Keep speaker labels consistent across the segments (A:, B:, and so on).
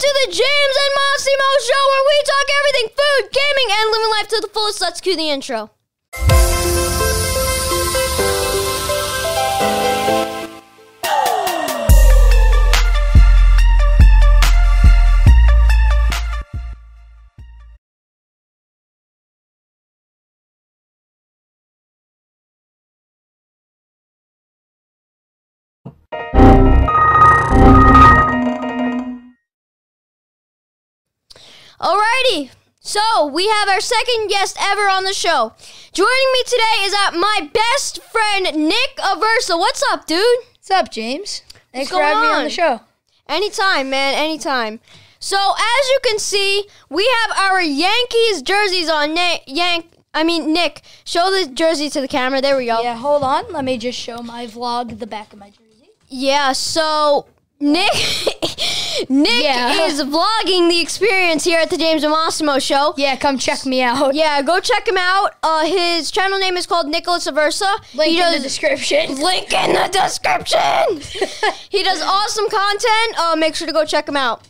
A: the James and Massimo show where we talk everything food, gaming, and living life to the fullest. Let's cue the intro. Alrighty. So we have our second guest ever on the show. Joining me today is uh, my best friend Nick Aversa. What's up, dude?
B: What's up, James? Thanks for
A: going
B: having me on
A: on?
B: the show.
A: Anytime, man. Anytime. So as you can see, we have our Yankees jerseys on. Nick, Yank. I mean, Nick, show the jersey to the camera. There we go.
B: Yeah, hold on. Let me just show my vlog the back of my jersey.
A: Yeah, so Nick Nick
B: Yeah.
A: is vlogging the experience here at the James and Massimo show.
B: Yeah, come check me out.
A: Yeah, go check him out. Uh, his channel name is called Nicholas Aversa.
B: Link
A: he
B: in
A: does
B: the description.
A: link in the description. he does awesome content. Uh, make sure to go check him out.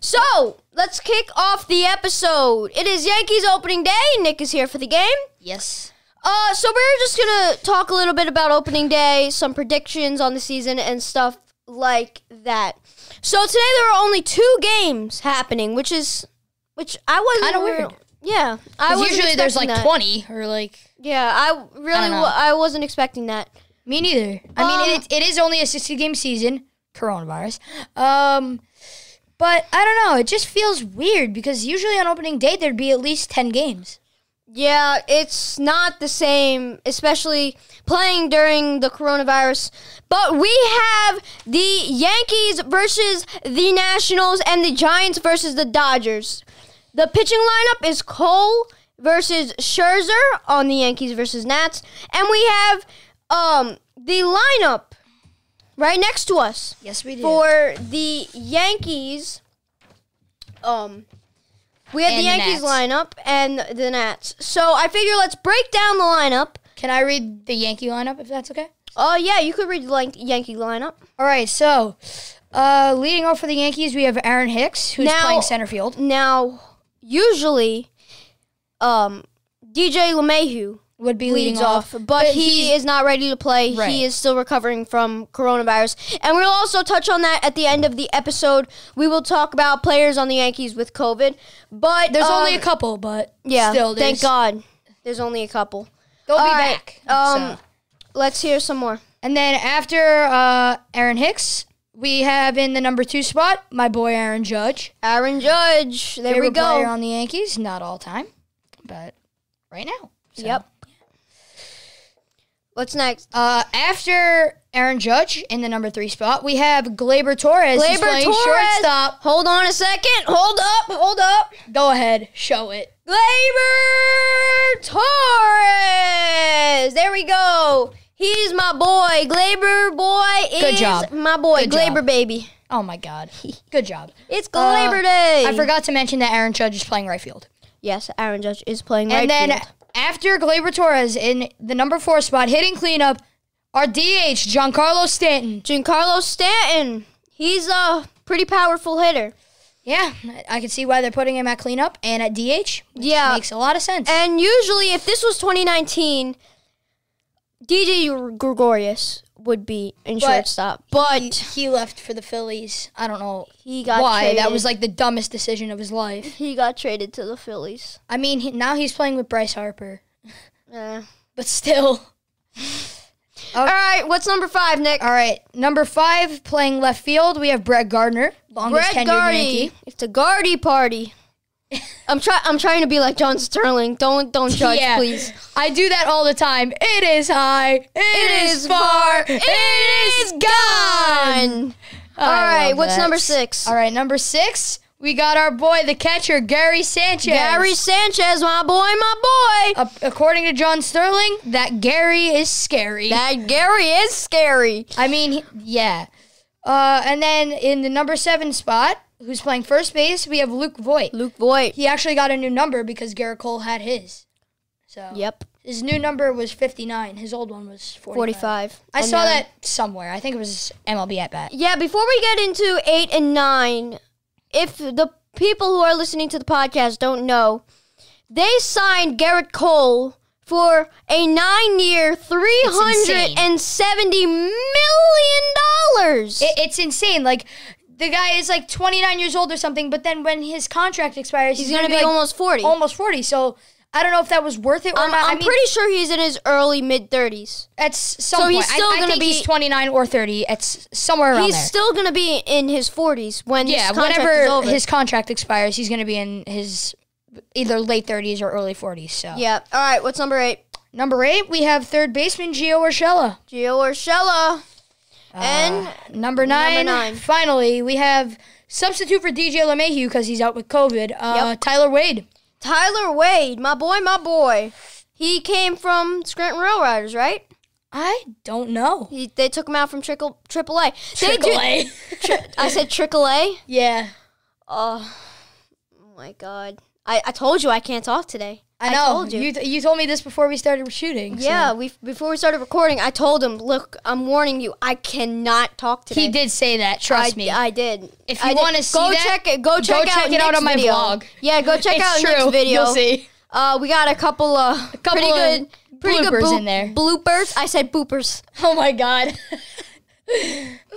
A: So let's kick off the episode. It is Yankees opening day. Nick is here for the game.
B: Yes.
A: Uh, so we're just gonna talk a little bit about opening day, some predictions on the season, and stuff like that. So today there are only two games happening, which is, which I wasn't
B: Kinda
A: real-
B: weird.
A: Yeah, I
C: Because
A: wasn't
C: usually there's like
A: expecting
C: 20
A: that.
C: or like
A: Yeah, I really I,
C: know.
A: I wasn't expecting that.
B: Me neither. I mean,
A: Um,
B: it, it is only a 60 game season, coronavirus. Um, but I don't know. It just feels weird because usually on opening day there'd be at least 10 games.
A: Yeah, it's not the same, especially playing during the coronavirus. But we have the Yankees versus the Nationals and the Giants versus the Dodgers. The pitching lineup is Cole versus Scherzer on the Yankees versus Nats, and we have um, the lineup right next to us
B: Yes, we do.
A: for the Yankees. Um, we had
C: And
A: the
C: the
A: Yankees
C: Nats.
A: lineup and the Nats. So I figure let's break down the lineup.
B: Can I read the Yankee lineup if that's okay?
A: Oh yeah, you could read the lin- Yankee lineup.
B: All right, so uh, leading off for the Yankees, we have Aaron Hicks, who's
A: Now-
B: playing center field.
A: Now, usually, um, DJ LeMahieu
B: Would be leading
A: leads off, but, he is not ready to play.
B: Right.
A: He is still recovering from coronavirus, and we'll also touch on that at the end of the episode. We will talk about players on the Yankees with COVID, but
B: There's only
A: um,
B: a couple, but
A: Yeah,
B: still,
A: thank
B: there's-
A: God. There's only a couple.
B: They'll
A: All
B: be
A: right,
B: back.
A: um,
B: so.
A: Let's hear some more.
B: And then after uh, Aaron Hicks, we have in the number two spot my boy Aaron Judge.
A: Aaron Judge. There we
B: Favorite player
A: go.
B: on the Yankees, not all time, but right now. So,
A: Yep. What's next?
B: Uh, after Aaron Judge in the number three spot, we have Glaber Torres. He's
A: Gleyber
B: playing
A: Torres.
B: shortstop.
A: Hold on a second. Hold up. Hold up.
B: Go ahead, show it.
A: Glaber Torres. There we go. He's my boy. Glaber boy is
B: Good job.
A: my boy.
B: Good
A: Glaber
B: job.
A: baby.
B: Oh my God, good job.
A: It's
B: Uh,
A: Glaber Day.
B: I forgot to mention that Aaron Judge is playing right field.
A: Yes, Aaron Judge is playing right
B: And then
A: field.
B: after Glaber Torres in the number four spot, hitting cleanup, our DH Giancarlo Stanton.
A: Giancarlo Stanton. He's a pretty powerful hitter.
B: Yeah, I- I can see why they're putting him at cleanup and at DH. Which
A: Yeah.
B: makes a lot of sense.
A: And usually, if this was 2019, DJ Gregorius would be in
B: But
A: shortstop, but
B: he, he left for the Phillies. I don't know
A: he got
B: why.
A: Traded.
B: That was like the dumbest decision of his life.
A: he got traded to the Phillies.
B: I mean, he, now he's playing with Bryce Harper,
A: Eh.
B: but still.
A: All right, what's number five, Nick?
B: All right, number five playing left field, we have Brett Gardner, longest
A: Brett
B: tenured
A: Gardy.
B: Yankee.
A: It's a Gardy party. I'm try. I'm trying to be like John Sterling. Don't don't judge,
B: Yeah.
A: please.
B: I do that all the time. It is high.
A: It
B: it is,
A: is
B: far.
A: far,
B: It is gone.
A: Fun. All right,
B: love
A: what's
B: that.
A: number six?
B: All right, number six, we got our boy, the catcher, Gary Sanchez.
A: Gary Sanchez, my boy, my boy.
B: A- according to John Sterling, that Gary is scary.
A: that Gary is scary.
B: I mean, he- yeah. Uh, and then in the number seven spot, who's playing first base, we have Luke Voigt.
A: Luke Voigt.
B: He actually got a new number because Garrett Cole had his. So
A: Yep.
B: his new number was 59. His old one was 45.
A: 45.
B: I
A: And
B: saw
A: then-
B: that somewhere. I think it was MLB at bat.
A: Yeah, before we get into 8 and 9, if the people who are listening to the podcast don't know, they signed Garrett Cole for a nine-year, three hundred and seventy million dollars.
B: It, it's insane. Like the guy is like 29 years old or something, but then when his contract expires,
A: He's gonna be
B: like,
A: almost forty.
B: almost 40. So I don't know if that was worth it or
A: I'm,
B: not. I
A: I'm
B: mean,
A: pretty sure he's in his early mid thirties.
B: at s- some
A: So
B: point.
A: he's still
B: I, I
A: gonna
B: think he's
A: be-
B: 29 or 30. At s- somewhere around
A: He's
B: there.
A: still gonna be in his forties when
B: yeah,
A: his contract
B: whenever
A: is over.
B: his contract expires, he's going to be in his either late 30s or early 40s. So
A: yeah. All right. What's number eight?
B: number eight, we have third baseman Gio Urshela.
A: Gio Urshela.
B: Uh,
A: and
B: Number nine,
A: nine.
B: Finally, we have substitute for DJ LeMahieu because he's out with COVID. Uh, Tyler Wade.
A: Tyler Wade, my boy, my boy. He came from Scranton Rail Riders, right?
B: I don't know.
A: He, they took him out from trickle, Triple A. They do-
B: Triple A.
A: Tri- I said Triple A.
B: yeah,
A: Oh, oh my God. I, I told you I can't talk today.
B: I know.
A: told you.
B: you. th- you told me this before we started shooting. so-
A: Yeah, we before we started recording, I told him, "Look, I'm warning you, I cannot talk today."
B: He did say that.
A: I,
B: Trust me.
A: I did.
B: If
A: I
B: you
A: did.
B: wanna see
A: go
B: that,
A: check it. Go check,
B: check
A: out
B: it out
A: Nick's
B: on my
A: video.
B: vlog.
A: Yeah, go check out
B: it's
A: Nick's
B: true.
A: video.
B: You'll see.
A: Uh, we got a couple of
B: couple
A: pretty
B: of
A: good, pretty good
B: bloopers
A: boop-
B: in there.
A: Bloopers. I said boopers.
B: Oh my god.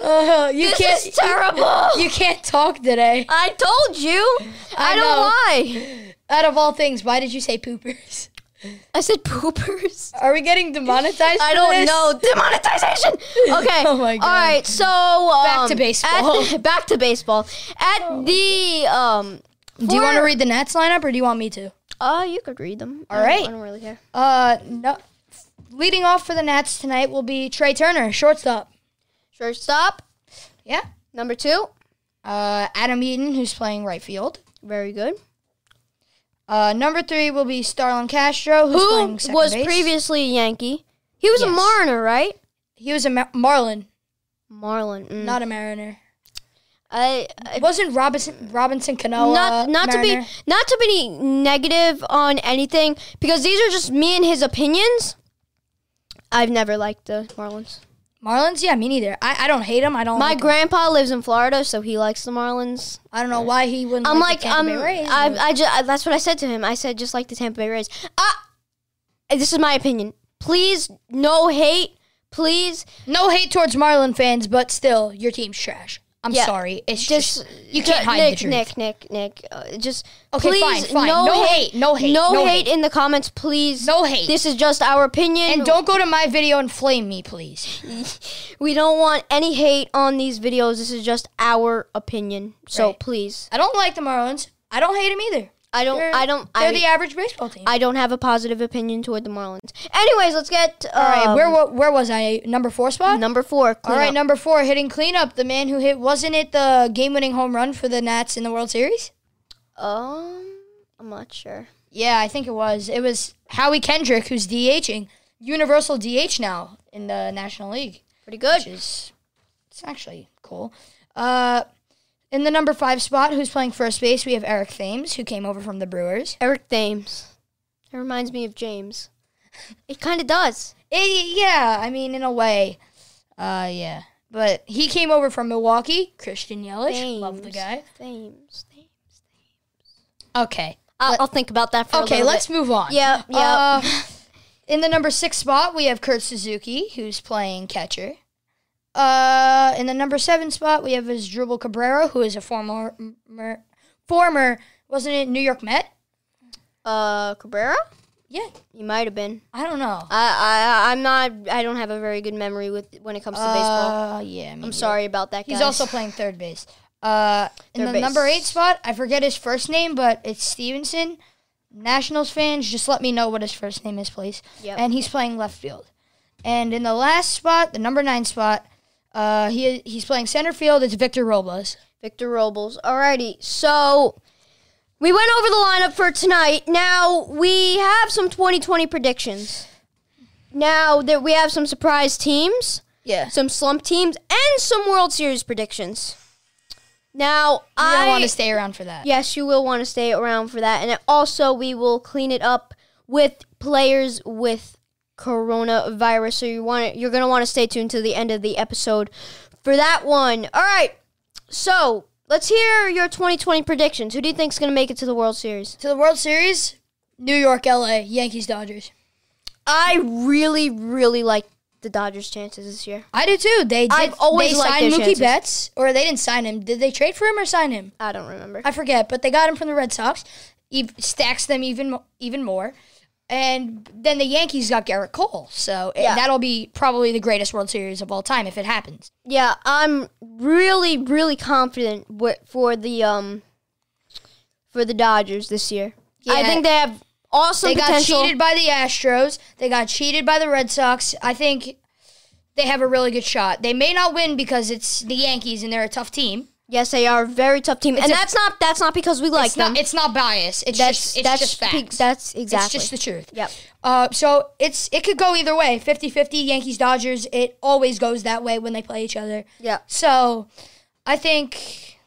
B: Uh, you
A: This
B: can't.
A: is terrible.
B: You can't talk today.
A: I told you. I,
B: I
A: don't
B: know.
A: lie.
B: Out of all things, why did you say poopers?
A: I said poopers.
B: Are we getting demonetized?
A: I
B: for
A: don't
B: this?
A: know demonetization. Okay.
B: Oh my God.
A: All right. So um,
B: Back to
A: at
B: baseball. Oh.
A: the- back to baseball. At the um.
B: Do you want to
A: for-
B: read the Nats lineup or do you want me to?
A: Uh, you could read them. All
B: right.
A: I don't really care.
B: Uh, no. Leading off for the Nats tonight will be Trey Turner, shortstop.
A: Shortstop.
B: Yeah.
A: Number two.
B: Uh, Adam Eaton, who's playing right field.
A: Very good.
B: Uh, number three will be Starlin Castro, who's
A: Who
B: playing second
A: was
B: base.
A: previously a Yankee? He was a
B: Yes.
A: Mariner, right?
B: He was a Ma- Marlin,
A: Marlin. Mm.
B: not a Mariner.
A: I, I
B: Wasn't Robinson Robinson Cano?
A: not
B: uh,
A: not to be
B: Mariner?
A: not to be negative on anything because these are just me and his opinions. I've never liked the Marlins.
B: Marlins. Yeah, me neither. I, I don't hate him. I don't.
A: My
B: like him.
A: grandpa lives in Florida, so he likes the Marlins.
B: I don't know why he wouldn't.
A: I'm
B: like,
A: like,
B: the
A: um,
B: Tampa Bay
A: I,
B: Rays, but-
A: I, just, that's what I said to him. I said, just like the Tampa Bay Rays. Ah, this is my opinion. Please, no hate. Please,
B: no hate towards Marlin fans, but still, your team's trash. I'm
A: Yeah.
B: sorry. It's just,
A: just
B: you can't hide
A: Nick,
B: the truth.
A: Nick, Nick, Nick. Uh, just
B: Okay,
A: please,
B: fine, fine.
A: No,
B: No
A: hate,
B: hate, no hate,
A: no,
B: no
A: hate in the comments, please.
B: No hate.
A: This is just our opinion,
B: and don't go to my video and flame me, please.
A: we don't want any hate on these videos. This is just our opinion. So
B: Right.
A: please,
B: I don't like the Marlins. I don't hate them either.
A: I don't,
B: They're-
A: I don't,
B: They're
A: I,
B: the average baseball team.
A: I don't have a positive opinion toward the Marlins. Anyways, let's get um,
B: All right, where wa- where was I? Number four spot.
A: number four.
B: All right,
A: cleanup.
B: number four, hitting cleanup. The man who hit wasn't it the game-winning home run for the Nats in the World Series?
A: um, I'm not sure.
B: Yeah, I think it was. It was Howie Kendrick who's DHing, universal DH now in the National League.
A: Pretty good.
B: which is it's actually cool. Uh, in the number five spot, who's playing first base, we have Eric Thames, who came over from the Brewers.
A: Eric Thames. It reminds me of James. It kind of does.
B: Eh, yeah, I mean, in a way, uh, yeah. But he came over from Milwaukee. Christian Yelich, love the
A: Thames.
B: guy.
A: Thames. Thames.
B: Okay,
A: I'll, I'll think about that for a
B: okay,
A: little
B: let's move on.
A: bit. Yeah, yeah.
B: Uh, in the number six spot, we have Kurt Suzuki, who's playing catcher. Uh, in the number seven spot, we have Dribble Cabrera, who is a former mer- former wasn't it New York Met?
A: uh, Cabrera.
B: Yeah,
A: He might have been.
B: I don't know.
A: I, I, I'm not. I don't have a very good memory with when it comes to baseball.
B: Uh, yeah,
A: I'm sorry about that. Guys.
B: He's also playing third base. Uh, in
A: Third
B: the
A: base.
B: number eight spot, I forget his first name, but it's Stevenson. Nationals fans, just let me know what his first name is, please.
A: Yep.
B: And he's playing left field. And in the last spot, the number nine spot, uh, he he's playing center field. It's Victor Robles.
A: Victor Robles. Alrighty, so we went over the lineup for tonight. Now we have some 2020 predictions. Now that we have some surprise teams,
B: Yeah.
A: some slump teams, and some World Series predictions. Now
B: I
A: I
B: don't want to stay around for that.
A: Yes, you will want to stay around for that. And also, we will clean it up with players with coronavirus. So you want you're going to want to stay tuned to the end of the episode for that one. All right. So let's hear your 2020 predictions. Who do you think's going to make it to the World Series?
B: To the World Series, New York, LA, Yankees, Dodgers.
A: I really, really like the Dodgers' chances this year.
B: I do too. They did,
A: I've always
B: they
A: liked
B: signed
A: their
B: Mookie
A: chances.
B: Betts, or they didn't sign him. Did they trade for him or sign him?
A: I don't remember.
B: I forget, but they got him from the Red Sox. Ev- stacks them even mo- even more. And then the Yankees got Garrett Cole, so eh,
A: Yeah.
B: that'll be probably the greatest World Series of all time if it happens.
A: yeah, I'm really, really confident wi- for the um for the Dodgers this year. I
B: Yeah.
A: think they have awesome
B: They got
A: potential.
B: cheated by the Astros. They got cheated by the Red Sox. I think they have a really good shot. They may not win because it's the Yankees and they're a tough team.
A: Yes, they are a very tough team, and
B: a-
A: that's not that's not because we like
B: It's
A: them.
B: not, it's not bias. It's
A: that's
B: just it's
A: that's
B: just
A: pe-
B: facts.
A: that's exactly.
B: It's just the truth.
A: Yep.
B: Uh, so it's it could go either way 50-50 yankees dodgers it always goes that way when they play each other
A: yeah.
B: so i think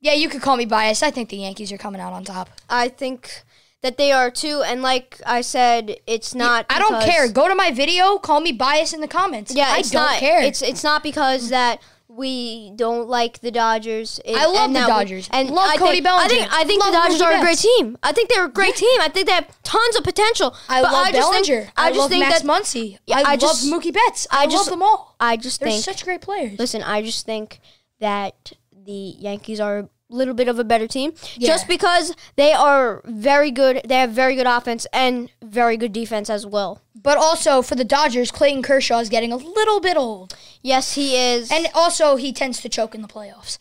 B: yeah you could call me biased i think the yankees are coming out on top
A: I think that they are too, and like I said, it's not.
B: i don't
A: because-
B: care go to my video call me biased in the comments
A: Yeah,
B: i
A: it's
B: don't
A: not,
B: care Mm.
A: It's it's not because that we don't like the Dodgers. It-
B: I love
A: and
B: the
A: that we-
B: Dodgers.
A: and
B: Love
A: I
B: Cody
A: think, I think
B: Bellinger.
A: I think the
B: Love
A: Dodgers
B: Mookie
A: are a great
B: Betts.
A: team. I think they're a great team. I think they have tons of potential.
B: i
A: but
B: love
A: I just
B: bellinger
A: Think,
B: i,
A: I just
B: love
A: think
B: max
A: that
B: muncy
A: Yeah,
B: i,
A: I just-
B: love mookie betts i,
A: I just-
B: love them all
A: I just
B: they're
A: think.
B: such great players
A: listen, I just think that the Yankees are a little bit of a better team,
B: Yeah.
A: just because they are very good. They have very good offense and very good defense as well.
B: but also for the dodgers clayton kershaw is getting a little bit old
A: Yes, he is.
B: and also he tends to choke in the playoffs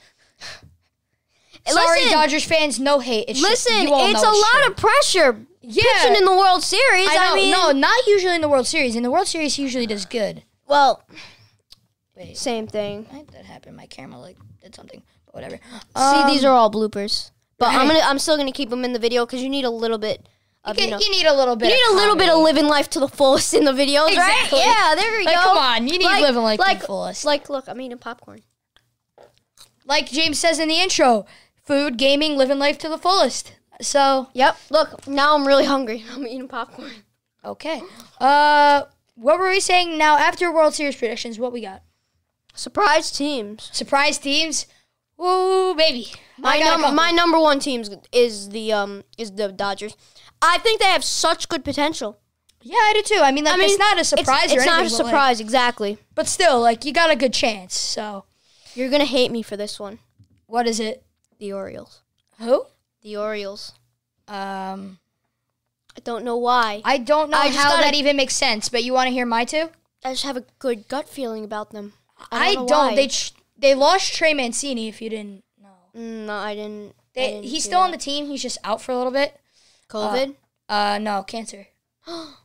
B: Sorry,
A: listen,
B: Dodgers fans, no hate. It's just-
A: Listen,
B: you all
A: it's a
B: know
A: lot
B: true.
A: of pressure
B: Yeah.
A: pitching in the World Series.
B: I,
A: I,
B: know,
A: mean,
B: no, not usually in the World Series. In the World Series, he usually does good.
A: well,
B: Wait.
A: same thing.
B: Why did that happen? My camera like did something, but whatever.
A: See, these are all bloopers, but I'm
B: right.
A: gonna, I'm still gonna keep them in the video because you need a little bit of, you,
B: you,
A: know,
B: you need a little bit.
A: you need
B: of
A: a little bit of
B: comedy.
A: living life to the fullest in the videos,
B: Exactly.
A: right? Yeah, there we
B: Like,
A: go.
B: come on, you need living life to the
A: like,
B: fullest.
A: Like, look, I'm eating popcorn.
B: Like James says in the intro, food, gaming, living life to the fullest. So
A: Yep. Look, now I'm really hungry. I'm eating popcorn.
B: okay. Uh, what were we saying now? After World Series predictions, what we got?
A: Surprise teams.
B: Surprise teams. Ooh, baby.
A: My
B: I got a
A: number,
B: couple.
A: my number one team is the um is the Dodgers. I think they have such good potential.
B: Yeah, I do too. I mean, like,
A: I mean,
B: it's not a surprise.
A: It's,
B: or
A: it's not a
B: anything, but, like,
A: surprise, exactly.
B: But still, like you got a good chance. So
A: You're gonna hate me for this one.
B: what is it?
A: The Orioles.
B: Who?
A: The Orioles.
B: Um,
A: I don't know why.
B: I don't know
A: I just
B: how
A: gotta-
B: that even makes sense. But you want to hear my two?
A: I just have a good gut feeling about them.
B: I don't.
A: know why.
B: They tr- they lost Trey Mancini. If you didn't know,
A: Mm, no, I didn't. I
B: they,
A: didn't
B: he's
A: see
B: still on
A: that.
B: the team. He's just out for a little bit.
A: COVID.
B: Uh, no cancer.
A: oh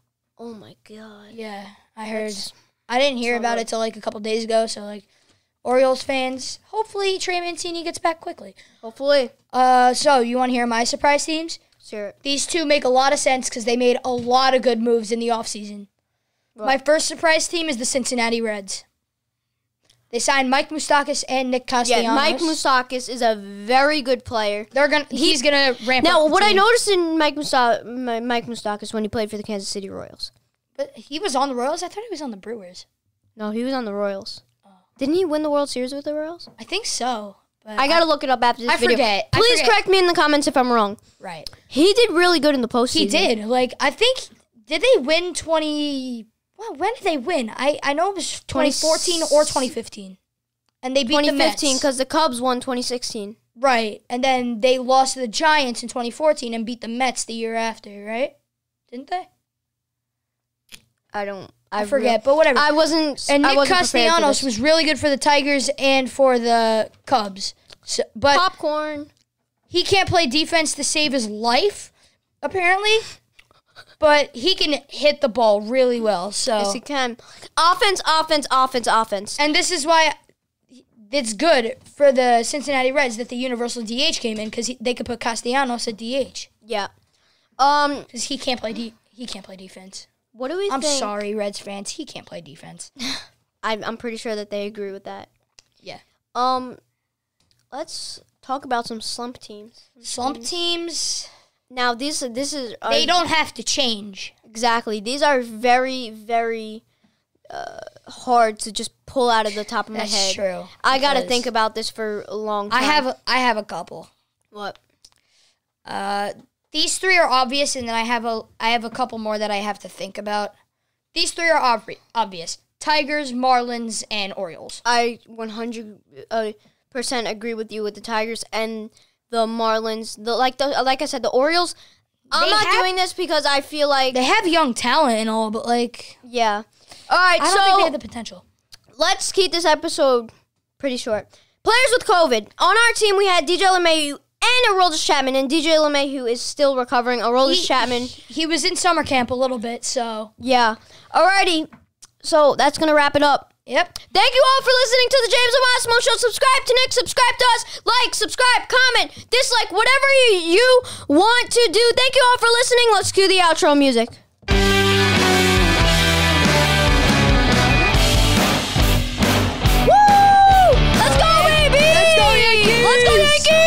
A: my god.
B: Yeah, I heard.
A: That's-
B: I didn't hear
A: not
B: about
A: good.
B: it till like a couple days ago. So like, Orioles fans, hopefully Trey Mancini gets back quickly.
A: Hopefully,
B: Uh, so you want to hear my surprise teams?
A: sure.
B: These two make a lot of sense because they made a lot of good moves in the offseason.
A: Right.
B: My first surprise team is the Cincinnati Reds. They signed Mike Moustakis and Nick
A: Yeah,
B: Castellanos.
A: Mike Moustakis is a very good player.
B: They're gonna. He's gonna ramp up.
A: Now,
B: the
A: what I
B: team.
A: noticed in Mike Mousta- Mi- Mike Moustakis when he played for the Kansas City Royals.
B: But he was on the Royals. I thought he was on the Brewers.
A: No, he was on the Royals. Didn't he win the World Series with the Royals?
B: I think so. But
A: I gotta look it up after this
B: I
A: video.
B: forget. I
A: Please
B: forget.
A: correct me in the comments if I'm wrong.
B: right.
A: He did really good in the postseason.
B: He did. Like I think. Did they win twenty? Well, when did they win? I I know it was twenty fourteen or twenty fifteen, and they beat the Mets.
A: 2015 because the Cubs won 2016.
B: Right. And then they lost to the Giants in 2014 and beat the Mets the year after, right? Didn't they?
A: I don't. I,
B: I,
A: really-
B: forget, but whatever.
A: I wasn't.
B: and
A: I
B: Nick
A: wasn't prepared for
B: Castellanos
A: this.
B: was really good for the Tigers and for the Cubs. So, but
A: popcorn.
B: he can't play defense to save his life, apparently. But he can hit the ball really well. So
A: Yes, he can. Offense, offense, offense, offense.
B: And this is why it's good for the Cincinnati Reds that the universal DH came in because they could put Castellanos at DH
A: Yeah. Um.
B: because he can't play de- he can't play defense.
A: What do we?
B: I'm
A: think?
B: sorry, Reds fans. He can't play defense.
A: I'm, I'm pretty sure that they agree with that.
B: Yeah.
A: Um, let's talk about some slump teams.
B: Slump teams,
A: Now, these this is uh, are-
B: they don't have to change.
A: exactly. These are very very hard to just pull out of the top of my
B: That's
A: head. Um,
B: true,
A: I got to
B: because-
A: think about this for a long time.
B: I have I have a couple.
A: what?
B: Uh, these three are obvious, and then I have a I have a couple more that I have to think about. These three are obvi- obvious: Tigers, Marlins, and Orioles.
A: I 100 uh, percent agree with you with the Tigers and the Marlins. The like the like I said, the Orioles. I'm
B: They
A: not
B: have-
A: doing this because I feel like
B: They have young talent and all, but like
A: yeah. All right,
B: I don't
A: so
B: think they have the potential.
A: let's keep this episode pretty short. Players with COVID. On our team, we had DJ LeMahieu and Aroldis Chapman, and DJ LeMahieu is still recovering. Aroldis Chapman,
B: He was in summer camp a little bit, so
A: yeah. Alrighty, so that's gonna wrap it up.
B: yep.
A: Thank you all for listening to the James and Osmo Show. Subscribe to Nick. Subscribe to us. Like, subscribe, comment, dislike, whatever you, you want to do. Thank you all for listening. Let's cue the outro music. Woo! Let's go, baby! Let's go, Yankees! Let's go, Yankees!